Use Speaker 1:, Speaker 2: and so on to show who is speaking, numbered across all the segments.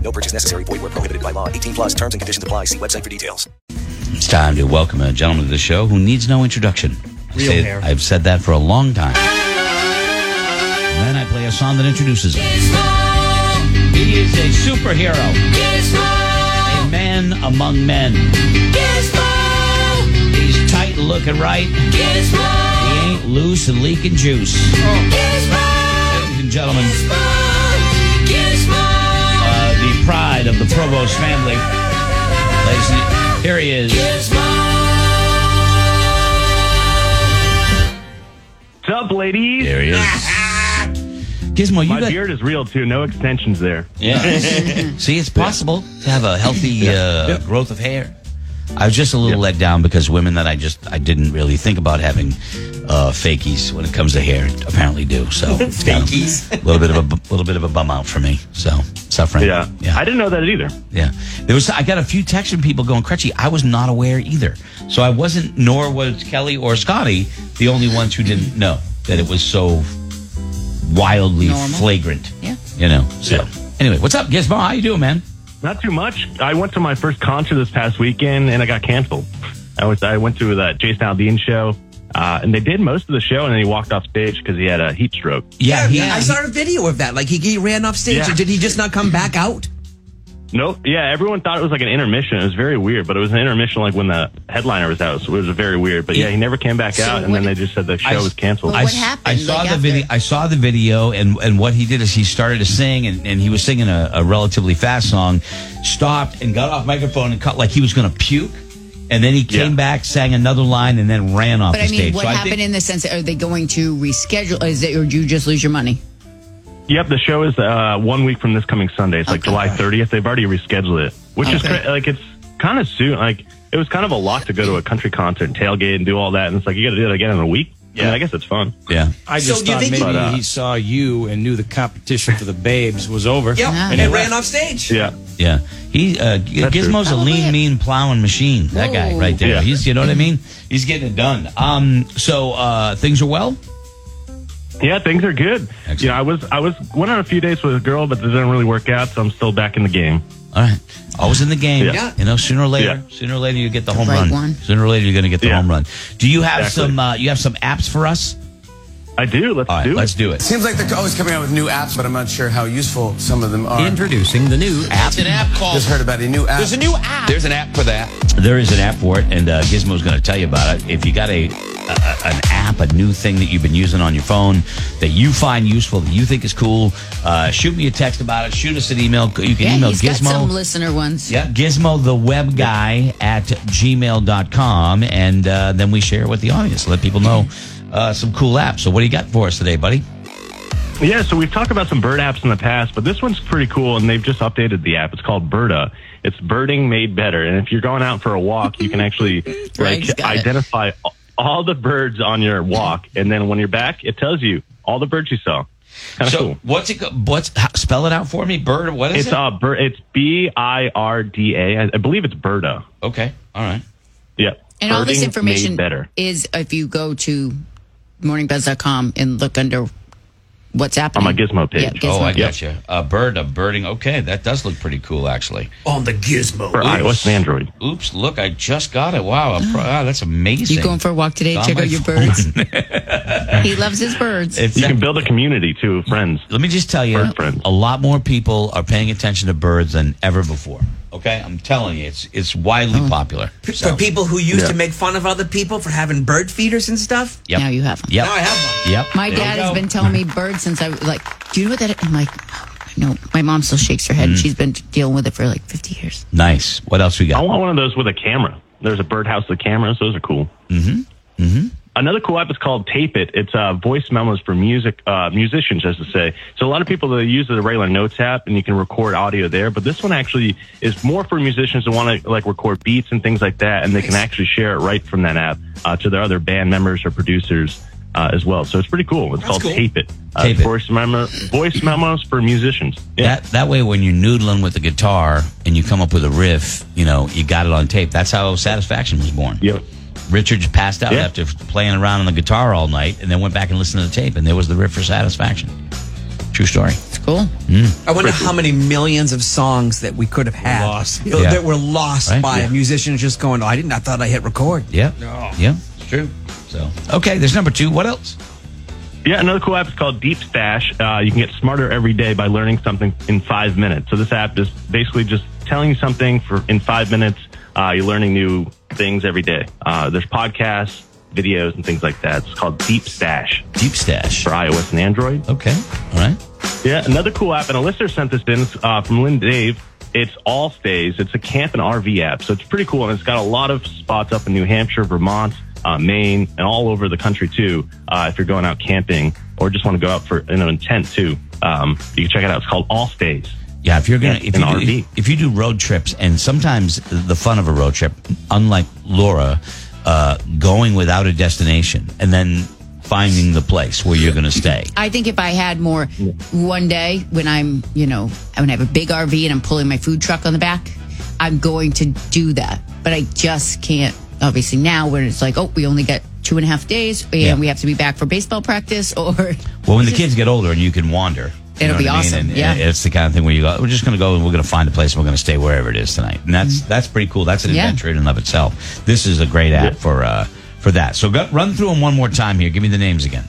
Speaker 1: No purchase necessary. Void where prohibited by law. 18 plus terms and conditions apply. See website for details.
Speaker 2: It's time to welcome a gentleman to the show who needs no introduction. I
Speaker 3: Real
Speaker 2: say-
Speaker 3: hair.
Speaker 2: I've said that for a long time. And then I play a song that introduces him. He is a superhero, a man among men. He's tight and looking right. He ain't loose and leaking juice. Ladies and gentlemen, uh, the pride of the Provost family. Ladies and here he is.
Speaker 4: What's up, ladies?
Speaker 2: There he is. Gizmo, you
Speaker 4: My
Speaker 2: got,
Speaker 4: beard is real too. No extensions there.
Speaker 2: Yeah. See, it's possible to have a healthy uh, growth of hair. I was just a little let down because women that I just I didn't really think about having uh, fakies when it comes to hair apparently do. So it's kind of a little bit of a bu- little bit of a bum out for me. So suffering.
Speaker 4: Yeah. I didn't know that either.
Speaker 2: Yeah, there was. I got a few texts from people going, "Crutchy, I was not aware either." So I wasn't, nor was Kelly or Scotty the only ones who didn't know that it was so wildly flagrant. Yeah, you know. So
Speaker 4: Yeah.
Speaker 2: anyway, what's up, Gizmo? How you doing, man?
Speaker 4: Not too much. I went to my first concert this past weekend and I got canceled. I was I went to that Jason Aldean show. Uh, and they did most of the show, and then he walked off stage because he had a heat stroke.
Speaker 2: Yeah, he,
Speaker 3: I saw a video of that. Like he, he ran off stage.
Speaker 4: Yeah.
Speaker 3: Did he just not come back out?
Speaker 4: Nope. Yeah, everyone thought it was like an intermission. It was very weird, but it was an intermission like when the headliner was out, so it was very weird. But yeah, he never came back out, and then they just said the show
Speaker 2: I-
Speaker 4: was canceled.
Speaker 2: I,
Speaker 5: What
Speaker 2: s-
Speaker 5: happened,
Speaker 2: I saw
Speaker 5: like,
Speaker 2: the
Speaker 5: after?
Speaker 2: video. I saw the video, and and what he did is he started to sing, and, and he was singing a, a relatively fast song, stopped and got off microphone and cut like he was going to puke, and then he came
Speaker 4: Yeah.
Speaker 2: back, sang another line, and then ran off
Speaker 5: But
Speaker 2: the
Speaker 5: I mean,
Speaker 2: stage.
Speaker 5: what
Speaker 2: So I
Speaker 5: happened
Speaker 2: think-
Speaker 5: in the sense that are they going to reschedule? Is it, or do you just lose your money?
Speaker 4: Yep, the show is uh, one week from this coming Sunday. It's like
Speaker 5: Okay.
Speaker 4: July 30th. They've already rescheduled it, which is cra- like it's kind of soon. Like it was kind of a lot to go to a country concert and tailgate and do all that, and it's like you got to do that again in a week. Yeah, I, mean, I guess it's fun.
Speaker 2: yeah.
Speaker 6: I
Speaker 3: So
Speaker 6: just
Speaker 3: do you
Speaker 6: thought
Speaker 3: think-
Speaker 6: maybe
Speaker 3: But,
Speaker 4: uh,
Speaker 6: he saw you and knew the competition for the babes was over.
Speaker 3: Yep.
Speaker 5: No.
Speaker 3: And he
Speaker 5: Yeah.
Speaker 3: ran off stage.
Speaker 4: Yeah,
Speaker 2: Yeah, he uh, G-
Speaker 4: That's true.
Speaker 2: Gizmo's a
Speaker 5: Probably
Speaker 2: lean,
Speaker 5: it.
Speaker 2: mean plowing machine. That guy
Speaker 5: Whoa.
Speaker 2: right there.
Speaker 4: Yeah.
Speaker 2: He's you know what I mean. He's getting it done. Um, so uh, things are well.
Speaker 4: yeah, things are good.
Speaker 2: Excellent.
Speaker 4: You know, I was I was went on a few dates with a girl, but it didn't really work out, so I'm still back in the game.
Speaker 2: All right, always in the game.
Speaker 4: Yeah.
Speaker 2: You know, sooner or later,
Speaker 4: Yeah.
Speaker 2: sooner or later you get the home
Speaker 5: right
Speaker 2: run.
Speaker 5: one.
Speaker 2: Sooner or later you're going to get the
Speaker 4: Yeah.
Speaker 2: home run. Do you have
Speaker 4: Exactly.
Speaker 2: some? Uh, you have some apps for us?
Speaker 4: I do. Let's
Speaker 2: All right,
Speaker 4: do
Speaker 2: let's
Speaker 4: it.
Speaker 2: do it.
Speaker 7: Seems like they're always coming out with new apps, but I'm not sure how useful some of them are.
Speaker 3: Introducing the new app.
Speaker 8: It's an app called.
Speaker 7: Just heard about a new app.
Speaker 8: There's a new app. There's an app for that.
Speaker 2: There is an app for it, and uh, Gizmo's going to tell you about it. If you got a, a an app, a new thing that you've been using on your phone that you find useful, that you think is cool, uh, shoot me a text about it. Shoot us an email. You can
Speaker 5: Yeah,
Speaker 2: email
Speaker 5: he's got
Speaker 2: Gizmo.
Speaker 5: some listener ones.
Speaker 2: Yeah, Gizmo the web guy at gmail.com. And uh, then we share it with the audience, let people know uh, some cool apps. So, what do you got for us today, buddy?
Speaker 4: Yeah, so we've talked about some bird apps in the past, but this one's pretty cool, and they've just updated the app. It's called Birda. It's birding made better, and if you're going out for a walk, you can actually
Speaker 5: Right, he's
Speaker 4: like
Speaker 5: got it.
Speaker 4: identify a- all the birds on your walk, and then when you're back, it tells you all the birds you saw. Kind of
Speaker 2: so,
Speaker 4: cool.
Speaker 2: what's it? go- What's how, spell it out for me, Bird? What is
Speaker 4: It's
Speaker 2: it?
Speaker 4: uh, bir- it's B I R D A. I I believe it's Birda.
Speaker 2: okay, all right.
Speaker 4: Yeah.
Speaker 5: And all this
Speaker 4: Birding
Speaker 5: information
Speaker 4: made better.
Speaker 5: is if you go to morningbuzz.com and look under what's happening
Speaker 4: my Gizmo page.
Speaker 5: Yeah,
Speaker 2: Oh, I
Speaker 5: Gizmo.
Speaker 2: got you. Uh, bird, a birding. Okay, that does look pretty cool, actually.
Speaker 3: On the gizmo.
Speaker 4: for iOS and Android.
Speaker 2: Oops, look, I just got it. Wow, I'm pro- wow, that's amazing.
Speaker 5: You going for a walk today?
Speaker 2: It's on
Speaker 5: Check
Speaker 2: my
Speaker 5: out your
Speaker 2: phone.
Speaker 5: birds. he loves his birds.
Speaker 2: It's
Speaker 4: You can build a community too, friends.
Speaker 2: Let me just tell you,
Speaker 4: Bird friends.
Speaker 2: a lot more people are paying attention to birds than ever before. Okay, I'm telling you, it's it's widely
Speaker 5: Oh.
Speaker 2: popular.
Speaker 3: For people who used
Speaker 4: Yeah.
Speaker 3: to make fun of other people for having bird feeders and stuff.
Speaker 2: Yep.
Speaker 5: Now you have them.
Speaker 2: Yep.
Speaker 3: Now I have one.
Speaker 2: Yep.
Speaker 5: My
Speaker 2: There you
Speaker 5: dad has
Speaker 2: go.
Speaker 5: been telling me birds since I was like, do you know what that? I'm like, no. My mom still shakes her
Speaker 2: Mm.
Speaker 5: head. She's been dealing with it for like 50 years.
Speaker 2: Nice. What else we
Speaker 4: I
Speaker 2: got? Mm-hmm.
Speaker 4: want one of those with a camera. There's a birdhouse with cameras. Those are cool. Another cool app is called Tape It. It's uh, voice memos for music uh, musicians, as to say. So a lot of people they use the regular Notes app, and you can record audio there. But this one actually is more for musicians who want to like record beats and things like that, and they can actually share it right from that app uh, to their other band members or producers uh, as well. So it's pretty cool. It's called
Speaker 2: cool.
Speaker 4: Tape It. Uh,
Speaker 2: Tape It.
Speaker 4: Voice memo, voice memos for musicians. Yeah.
Speaker 2: That that way, when you're noodling with the guitar and you come up with a riff, you know you got it on tape. That's how Satisfaction was born.
Speaker 4: Yep.
Speaker 2: Richard just passed out
Speaker 4: Yeah.
Speaker 2: after playing around on the guitar all night, and then went back and listened to the tape, and there was the riff for Satisfaction. True story.
Speaker 5: It's cool.
Speaker 3: I wonder how many millions of songs that we could have had
Speaker 6: Lost.
Speaker 3: that-
Speaker 2: Yeah.
Speaker 3: that were lost
Speaker 2: Right?
Speaker 3: by
Speaker 2: Yeah.
Speaker 3: musicians just going, "Oh, I didn't. I thought I hit record."
Speaker 2: Yeah. Yeah. It's true. So okay, there's number two. What else?
Speaker 4: Yeah, another cool app is called Deep Stash. Uh, you can get smarter every day by learning something in five minutes. So this app is basically just telling you something for in five minutes. Uh, you're learning new things every day. Uh, there's podcasts, videos, and things like that. It's called Deep Stash
Speaker 2: Deep stash.
Speaker 4: for iOS and Android.
Speaker 2: Okay. All right.
Speaker 4: Yeah, another cool app, and a listener sent this in uh, from Lynn Dave. It's All Stays. It's a camp and RV app, so it's pretty cool, and it's got a lot of spots up in New Hampshire, Vermont, uh, Maine, and all over the country too. Uh, if you're going out camping or just want to go out for in an intent too, um, you can check it out. It's called All Stays.
Speaker 2: Yeah, if you're gonna
Speaker 4: Yeah,
Speaker 2: if
Speaker 4: an
Speaker 2: you, do,
Speaker 4: RV.
Speaker 2: if, if you do road trips, and sometimes the fun of a road trip, unlike Laura, uh, going without a destination and then finding the place where you're gonna stay.
Speaker 5: I think if I had more one day when I'm, you know, when I have a big RV and I'm pulling my food truck on the back, I'm going to do that. But I just can't, obviously, now when it's like, oh, we only got two and a half days and
Speaker 2: Yeah.
Speaker 5: we have to be back for baseball practice or.
Speaker 2: Well, when the kids get older and you can wander, you
Speaker 5: It'll
Speaker 2: know
Speaker 5: be
Speaker 2: what I mean?
Speaker 5: awesome,
Speaker 2: And- and
Speaker 5: yeah.
Speaker 2: it's the kind of thing where you go, we're just going to go and we're going to find a place and we're going to stay wherever it is tonight, and that's that's pretty cool. That's an
Speaker 5: Mm. Yeah.
Speaker 2: adventure in and of itself. This is a great app for uh, for that. So go, run through them one more time here. Give me the names again.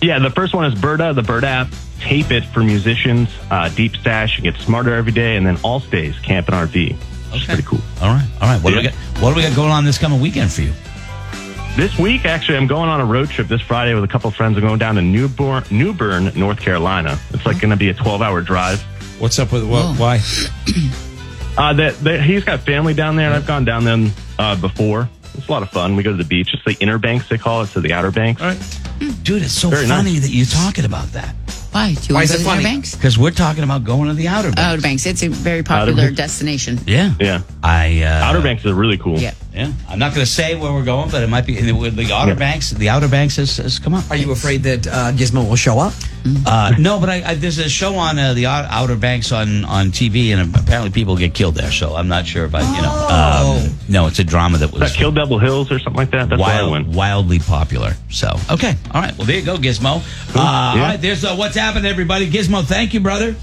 Speaker 4: Yeah, the first one is Birda, the Bird app. Tape it for musicians. Uh, Deep Stash, you get smarter every day, and then All Stays Camp and RV. Which is pretty cool.
Speaker 2: All right, all right. What do we
Speaker 4: Yeah.
Speaker 2: got? What do we got going on this coming weekend for you?
Speaker 4: This week, actually, I'm going on a road trip this Friday with a couple of friends. I'm going down to Newburn, Newburn North Carolina. It's like going to be a 12 hour drive.
Speaker 6: What's up with
Speaker 5: Oh.
Speaker 6: what? Why?
Speaker 4: Uh, that, that he's got family down there, and I've gone down there uh, before. It's a lot of fun. We go to the beach. It's the Inner Banks they call it, so the Outer Banks.
Speaker 6: All right.
Speaker 2: Dude, it's so
Speaker 4: Very
Speaker 2: funny that you're talking about that
Speaker 5: Why? Do you
Speaker 3: Why
Speaker 5: want
Speaker 3: is
Speaker 5: to
Speaker 3: it
Speaker 5: go to
Speaker 3: funny?
Speaker 5: Outer Banks?
Speaker 2: because we're talking about going to the outer. Banks.
Speaker 5: Outer Banks. It's a very popular
Speaker 4: Banks.
Speaker 5: destination.
Speaker 2: yeah,
Speaker 4: Yeah,
Speaker 2: I uh,
Speaker 4: Outer Banks is really cool.
Speaker 5: Yeah.
Speaker 2: Yeah, I'm not going to say where we're going, but it might be it would be Outer
Speaker 4: Yeah.
Speaker 2: Banks. The Outer Banks has, has come up.
Speaker 3: Are you afraid that uh, Gizmo will show up?
Speaker 2: Uh, no, but I, I, there's a show on uh, the Out- Outer Banks on, on TV, and apparently people get killed there. So I'm not sure if I, you know, um, no, it's a drama that
Speaker 4: Is
Speaker 2: was
Speaker 4: that Kill Devil Hills or something like that? Oh. That's where I
Speaker 2: wild,
Speaker 4: went.
Speaker 2: wildly popular. So okay, all right. Well, there you go, Gizmo. Uh, All
Speaker 4: Yeah.
Speaker 2: right, there's uh, what's happening, everybody. Gizmo, thank you, brother.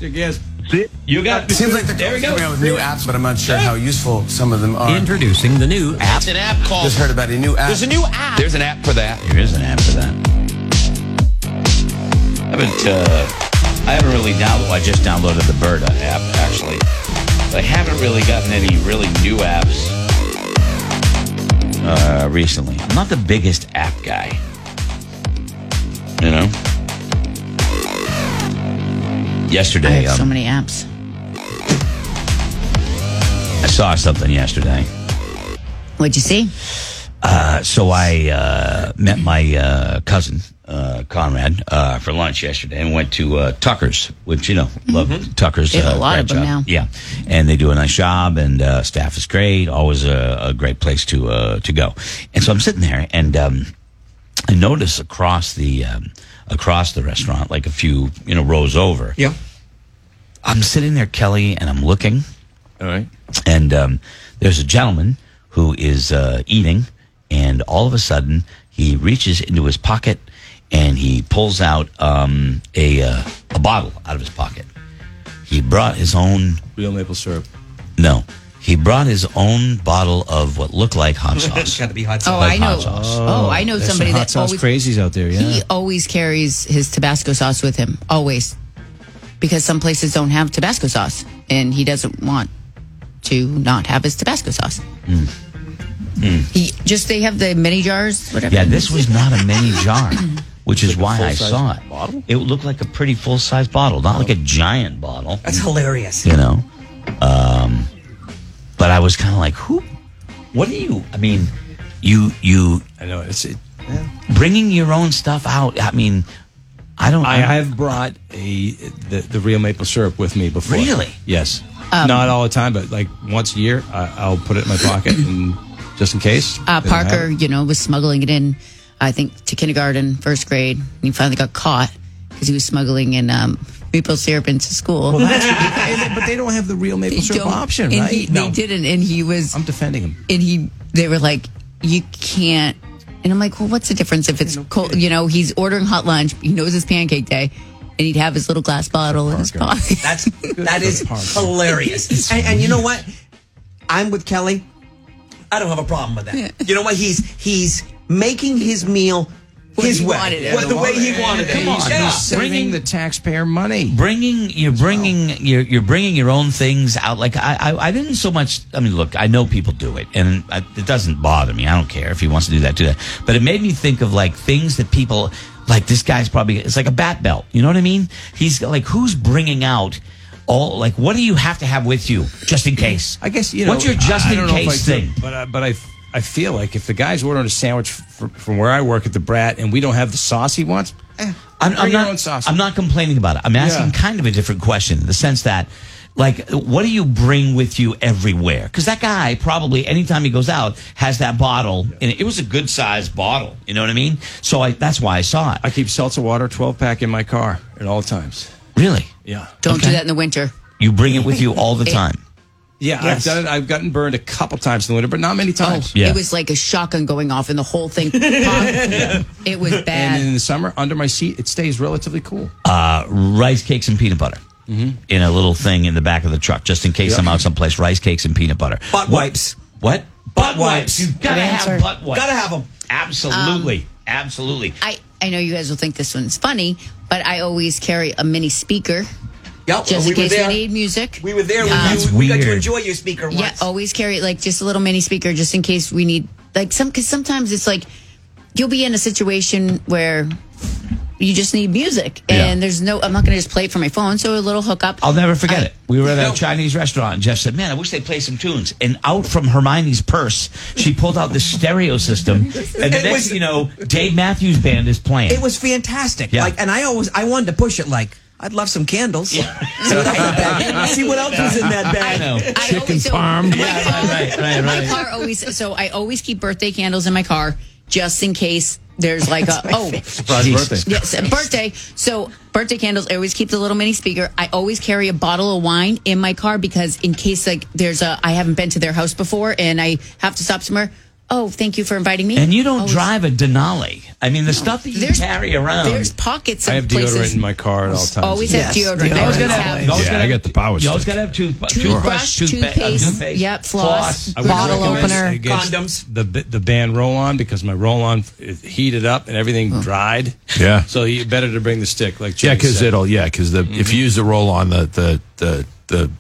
Speaker 4: See,
Speaker 2: You got
Speaker 7: Seems like they're
Speaker 2: there. We
Speaker 7: always
Speaker 2: go.
Speaker 7: coming out with new apps, but I'm not sure how useful some of them are.
Speaker 6: Introducing the new app.
Speaker 8: It's an app called.
Speaker 7: Just heard about a new app.
Speaker 8: app. There's an app for that.
Speaker 2: There is an app for that. I haven't, uh, I haven't really downloaded. Well, I just downloaded the Birda app actually. But I haven't really gotten any really new apps uh, recently. I'm not the biggest app guy. You know.
Speaker 5: I
Speaker 2: Yesterday,
Speaker 5: have so
Speaker 2: um,
Speaker 5: many apps.
Speaker 2: I saw something yesterday.
Speaker 5: What'd you see?
Speaker 2: so I uh, met my uh, cousin uh, Conrad uh, for lunch yesterday, and went to uh, Tucker's, which you know love Tucker's.
Speaker 5: Mm-hmm.
Speaker 2: uh,
Speaker 5: They have a lot of
Speaker 2: great
Speaker 5: them
Speaker 2: job.
Speaker 5: now.
Speaker 2: Yeah, and they do a nice job, and uh, staff is great. Always a, a great place to uh, to go. And so I'm sitting there, and um, I notice across the um, across the restaurant, like a few you know rows over.
Speaker 3: Yeah.
Speaker 2: I'm sitting there, Kelly, and I'm looking
Speaker 8: All right.
Speaker 2: and um, there's a gentleman who is uh, eating, and all of a sudden he reaches into his pocket and he pulls out um, a uh, a bottle out of his pocket. He brought his own
Speaker 6: Real maple syrup.
Speaker 2: no, he brought his own bottle of what looked like hot sauce.
Speaker 3: Got to be hot.
Speaker 5: Oh,
Speaker 3: sauce.
Speaker 2: Like
Speaker 5: I
Speaker 2: hot
Speaker 5: know.
Speaker 2: sauce.
Speaker 5: Oh, I know
Speaker 6: There's some
Speaker 5: somebody
Speaker 6: hot
Speaker 5: that
Speaker 6: sauce
Speaker 5: always
Speaker 6: crazies out there. Yeah.
Speaker 5: He always carries his Tabasco sauce with him, always, because some places don't have Tabasco sauce, and he doesn't want to not have his Tabasco sauce.
Speaker 6: Hmm.
Speaker 5: He just they have the mini jars, whatever.
Speaker 2: Yeah, this was not a mini jar, which is why I
Speaker 6: full-size
Speaker 2: saw it.
Speaker 6: bottle?
Speaker 2: It looked like a pretty full size bottle, not like a giant bottle.
Speaker 3: That's hilarious.
Speaker 2: you know um but i was kind of like who what do you i mean you you
Speaker 6: I know. It's it,
Speaker 2: Bringing your own stuff out. I mean, I don't.
Speaker 6: I have brought a the, the real maple syrup with me before.
Speaker 2: Really?
Speaker 6: Yes.
Speaker 5: Um,
Speaker 6: Not all the time, but like once a year, I, I'll put it in my pocket and just in case.
Speaker 5: uh,
Speaker 6: then I have
Speaker 5: Parker,
Speaker 6: it.
Speaker 5: you know, was smuggling it in, I think, to kindergarten, first grade. And he finally got caught because he was smuggling in um, maple syrup into school.
Speaker 6: Well, that's, but they don't have the real maple
Speaker 5: They
Speaker 6: syrup
Speaker 5: don't-
Speaker 6: option,
Speaker 5: and
Speaker 6: right?
Speaker 5: he-
Speaker 6: no,
Speaker 5: They didn't. And he was,
Speaker 6: I'm defending them.
Speaker 5: and he, they were like, you can't. And I'm like, well, what's the difference if it's cold? You know, he's ordering hot lunch. He knows it's pancake day. And he'd have his little glass bottle in his
Speaker 6: Parker.
Speaker 5: pocket.
Speaker 3: Oh, That's that is
Speaker 6: Parker.
Speaker 3: hilarious. And, and you know what? I'm with Kelly. I don't have a problem with that. You know what? He's he's making his meal
Speaker 5: What
Speaker 3: his
Speaker 5: he
Speaker 3: way,
Speaker 5: wanted it.
Speaker 3: What, the way he wanted it.
Speaker 6: Come on,
Speaker 3: Yeah.
Speaker 6: he's saving
Speaker 2: Bringing-
Speaker 6: the taxpayer money.
Speaker 2: bringing you're bringing you're, you're bringing your own things out like I, I i didn't so much i mean look i know people do it and I, it doesn't bother me i don't care if he wants to do that do that but it made me think of like things that people like this guy's probably it's like a bat belt you know what i mean he's like who's bringing out all like what do you have to have with you just in case
Speaker 6: I guess you know.
Speaker 2: what's your just
Speaker 6: I
Speaker 2: in
Speaker 6: don't know if
Speaker 2: case
Speaker 6: I do,
Speaker 2: thing
Speaker 6: but I, but I, I feel like if the guy's ordering a sandwich from, from where I work at the Brat and we don't have the sauce he wants, eh,
Speaker 2: I'm,
Speaker 6: bring
Speaker 2: I'm
Speaker 6: your
Speaker 2: not.
Speaker 6: own sauce.
Speaker 2: I'm not complaining about it. I'm asking
Speaker 6: Yeah.
Speaker 2: kind of a different question in the sense that, like, what do you bring with you everywhere? Because that guy probably anytime he goes out has that bottle, and it was a good sized bottle. You know what I mean? So I, that's why I saw it.
Speaker 6: I keep seltzer water 12 pack in my car at all times.
Speaker 2: really,
Speaker 6: Yeah.
Speaker 5: Don't do
Speaker 2: Okay.
Speaker 5: that in the winter.
Speaker 2: you bring it with you all the time.
Speaker 6: Yeah,
Speaker 5: Yes.
Speaker 6: I've done it. I've gotten burned a couple times in the winter, but not many
Speaker 5: Oh,
Speaker 6: times.
Speaker 2: Yeah.
Speaker 5: it was like a shotgun going off, and the whole thing popped. It was bad.
Speaker 6: And in the summer, under my seat, it stays relatively cool.
Speaker 2: Uh, rice cakes and peanut butter. In a little thing in the back of the truck, just in case I'm out someplace. Rice cakes and peanut butter.
Speaker 3: Butt
Speaker 2: What-
Speaker 3: wipes.
Speaker 2: What?
Speaker 3: Butt wipes.
Speaker 2: You gotta
Speaker 5: Good
Speaker 2: have
Speaker 5: answer. Um,
Speaker 2: butt wipes.
Speaker 3: Gotta have 'em.
Speaker 2: Absolutely. Absolutely.
Speaker 5: I, I know you guys will think this one's funny, but I always carry a mini speaker
Speaker 3: Yep,
Speaker 5: just
Speaker 3: we
Speaker 5: in
Speaker 3: were
Speaker 5: case
Speaker 3: there.
Speaker 5: I need music.
Speaker 3: We were there. when
Speaker 5: Um,
Speaker 3: you, we got to
Speaker 2: weird.
Speaker 3: enjoy your speaker once.
Speaker 5: yeah, always carry like just a little mini speaker just in case we need like some because sometimes it's like you'll be in a situation where you just need music
Speaker 2: Yeah.
Speaker 5: and there's no I'm not going to just play it from my phone, so a little hookup.
Speaker 2: I'll never forget
Speaker 5: I-
Speaker 2: it. We were at a Chinese restaurant, and Jeff said, "Man, I wish they'd play some tunes." And out from Hermione's purse, she pulled out the stereo system, and the
Speaker 3: It
Speaker 2: next,
Speaker 3: was-
Speaker 2: you know, Dave Matthews Band is playing.
Speaker 3: It was fantastic.
Speaker 2: Yeah.
Speaker 3: Like, and I always I wanted to push it. Like, I'd love some candles. See what else is in that bag. See what else is in that
Speaker 2: I
Speaker 3: bag.
Speaker 2: know.
Speaker 5: I
Speaker 6: Chicken
Speaker 5: always, so
Speaker 6: parm.
Speaker 5: my
Speaker 2: Yeah,
Speaker 5: car-
Speaker 2: right, right,
Speaker 5: My
Speaker 2: right.
Speaker 5: car always. So I always keep birthday candles in my car just in case there's like a oh
Speaker 6: Rod's
Speaker 2: Jesus.
Speaker 6: birthday.
Speaker 5: yes a birthday. So birthday candles. I always keep the little mini speaker. I always carry a bottle of wine in my car because in case like there's a I haven't been to their house before and I have to stop somewhere. Oh, thank you for inviting me.
Speaker 2: And you don't
Speaker 5: Always-
Speaker 2: drive a Denali. I mean, the stuff that you
Speaker 5: Oh, There's-
Speaker 2: carry around.
Speaker 5: There's pockets. Of
Speaker 6: I have
Speaker 5: places.
Speaker 6: deodorant in my car at all times.
Speaker 5: Always
Speaker 3: Yes.
Speaker 5: have deodorant. I always
Speaker 3: Deodorant.
Speaker 5: have
Speaker 2: you always
Speaker 8: Yeah,
Speaker 2: gotta
Speaker 8: I
Speaker 2: have-
Speaker 8: got the power
Speaker 2: You always
Speaker 8: stick.
Speaker 2: got to have tooth,
Speaker 5: toothbrush,
Speaker 2: toothpaste,
Speaker 5: toothpaste,
Speaker 2: toothpaste,
Speaker 5: yep, floss,
Speaker 6: I would
Speaker 5: Bottle
Speaker 6: recommend
Speaker 5: opener.
Speaker 6: against
Speaker 3: Condoms.
Speaker 6: The the band roll on because my roll on is heated up and everything dried.
Speaker 8: Yeah.
Speaker 6: So you Mm-hmm. better to bring the stick, like
Speaker 8: Yeah,
Speaker 6: Jimmy
Speaker 8: because
Speaker 6: said.
Speaker 8: it'll yeah, because the if you use the roll on the the the the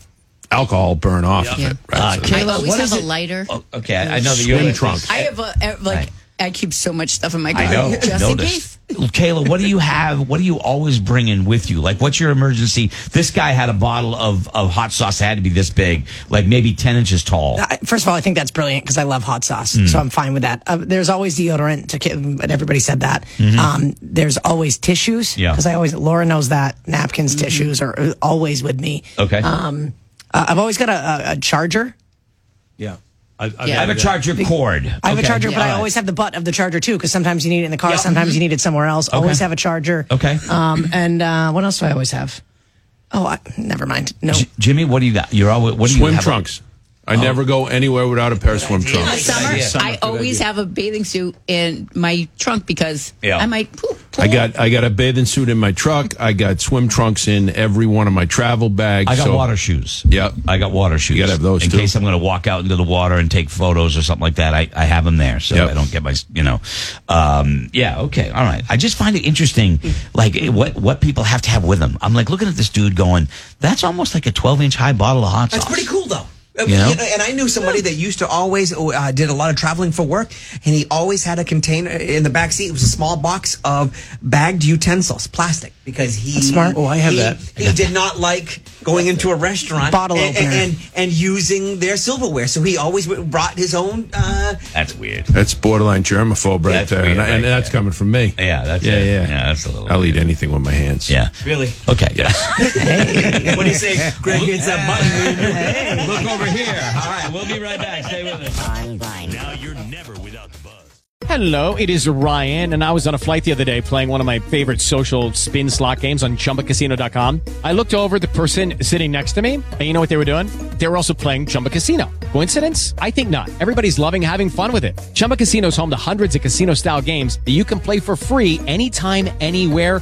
Speaker 8: alcohol burn off of
Speaker 5: Yeah.
Speaker 8: it. Right?
Speaker 2: Uh,
Speaker 8: So-
Speaker 5: I
Speaker 2: Kayla,
Speaker 5: always
Speaker 2: what
Speaker 5: have
Speaker 2: is
Speaker 5: a
Speaker 2: it?
Speaker 5: lighter.
Speaker 2: Oh, okay, I I know that you're
Speaker 8: Swim
Speaker 2: like-
Speaker 8: trunk.
Speaker 5: I have a, a- like I keep so much stuff in my car
Speaker 2: I know.
Speaker 5: just in case.
Speaker 2: Noticed. Kayla, what do you have? What do you always bring in with you? Like, what's your emergency? This guy had a bottle of, of hot sauce that had to be this big, like maybe 10 inches tall.
Speaker 9: I, first of all, I think that's brilliant because I love hot sauce,
Speaker 8: Mm.
Speaker 9: so I'm fine with that. Uh, there's always deodorant, to, ki- but everybody said that.
Speaker 8: Mm-hmm.
Speaker 9: Um, there's always tissues
Speaker 2: Yeah.
Speaker 9: because I always Laura knows that napkins, tissues are uh, always with me.
Speaker 2: Okay.
Speaker 9: Um, uh, I've always got a, a, a charger.
Speaker 6: yeah. I, I've
Speaker 5: Yeah.
Speaker 2: I have a
Speaker 6: got-
Speaker 2: charger cord.
Speaker 9: I have
Speaker 2: Okay.
Speaker 9: a charger, but I
Speaker 2: All right.
Speaker 9: always have the butt of the charger too because sometimes you need it in the car, sometimes you need it somewhere else. Always have a charger.
Speaker 2: Okay.
Speaker 9: Um, and uh, what else do I always have? Oh, I, never mind. No.
Speaker 2: J- Jimmy, what do you got? You're always what do you
Speaker 8: swim
Speaker 2: have?
Speaker 8: trunks. I never go anywhere without a pair of swim
Speaker 5: In the
Speaker 8: trunks.
Speaker 5: summer,
Speaker 6: idea. Summer,
Speaker 5: I
Speaker 6: good
Speaker 5: always
Speaker 6: idea.
Speaker 5: have a bathing suit in my trunk because
Speaker 2: Yeah.
Speaker 5: I might poop.
Speaker 8: I got I got a bathing suit in my truck. I got swim trunks in every one of my travel bags.
Speaker 2: I got
Speaker 8: so-
Speaker 2: water shoes.
Speaker 8: Yep.
Speaker 2: I got water shoes.
Speaker 8: gotta have those,
Speaker 2: in
Speaker 8: too.
Speaker 2: case I'm going to walk out into the water and take photos or something like that. I, I have them there, so
Speaker 8: Yep.
Speaker 2: I don't get my you know. Um, yeah. Okay. All right. I just find it interesting, like eh, what what people have to have with them. I'm like looking at this dude going, that's almost like a 12 inch high bottle of hot sauce.
Speaker 3: That's pretty cool, though. Uh,
Speaker 2: You know?
Speaker 3: you know, and I knew somebody that used to always uh, did a lot of traveling for work, and he always had a container in the back seat. It was a small box of bagged utensils, plastic, because he
Speaker 6: That's smart. Oh, I have
Speaker 3: he-
Speaker 6: that. I
Speaker 3: He
Speaker 6: got
Speaker 3: did not like going into a restaurant
Speaker 9: Bottle
Speaker 3: and,
Speaker 9: opener.
Speaker 3: and, and and using their silverware, so he always w- brought his own. Uh,
Speaker 2: That's weird.
Speaker 8: That's borderline germaphobe right
Speaker 2: That's
Speaker 8: there,
Speaker 2: weird
Speaker 8: and, I- and
Speaker 2: right
Speaker 8: that's coming from me.
Speaker 2: Yeah, that's
Speaker 8: yeah,
Speaker 2: it.
Speaker 8: yeah,
Speaker 2: Yeah, that's a little
Speaker 8: I'll eat anything with my hands.
Speaker 2: Yeah.
Speaker 3: really,
Speaker 2: Okay. Yes.
Speaker 3: what do you say, Greg? It's a button.
Speaker 2: Look over here. All right, we'll be right back. Stay with us.
Speaker 10: Now you're never without the buzz.
Speaker 11: Hello, it is Ryan, and I was on a flight the other day playing one of my favorite social spin slot games on chumbacasino.com. I looked over at the person sitting next to me, and you know what they were doing? They were also playing Chumba Casino. Coincidence? I think not. Everybody's loving having fun with it. Chumba Casino is home to hundreds of casino style games that you can play for free anytime, anywhere,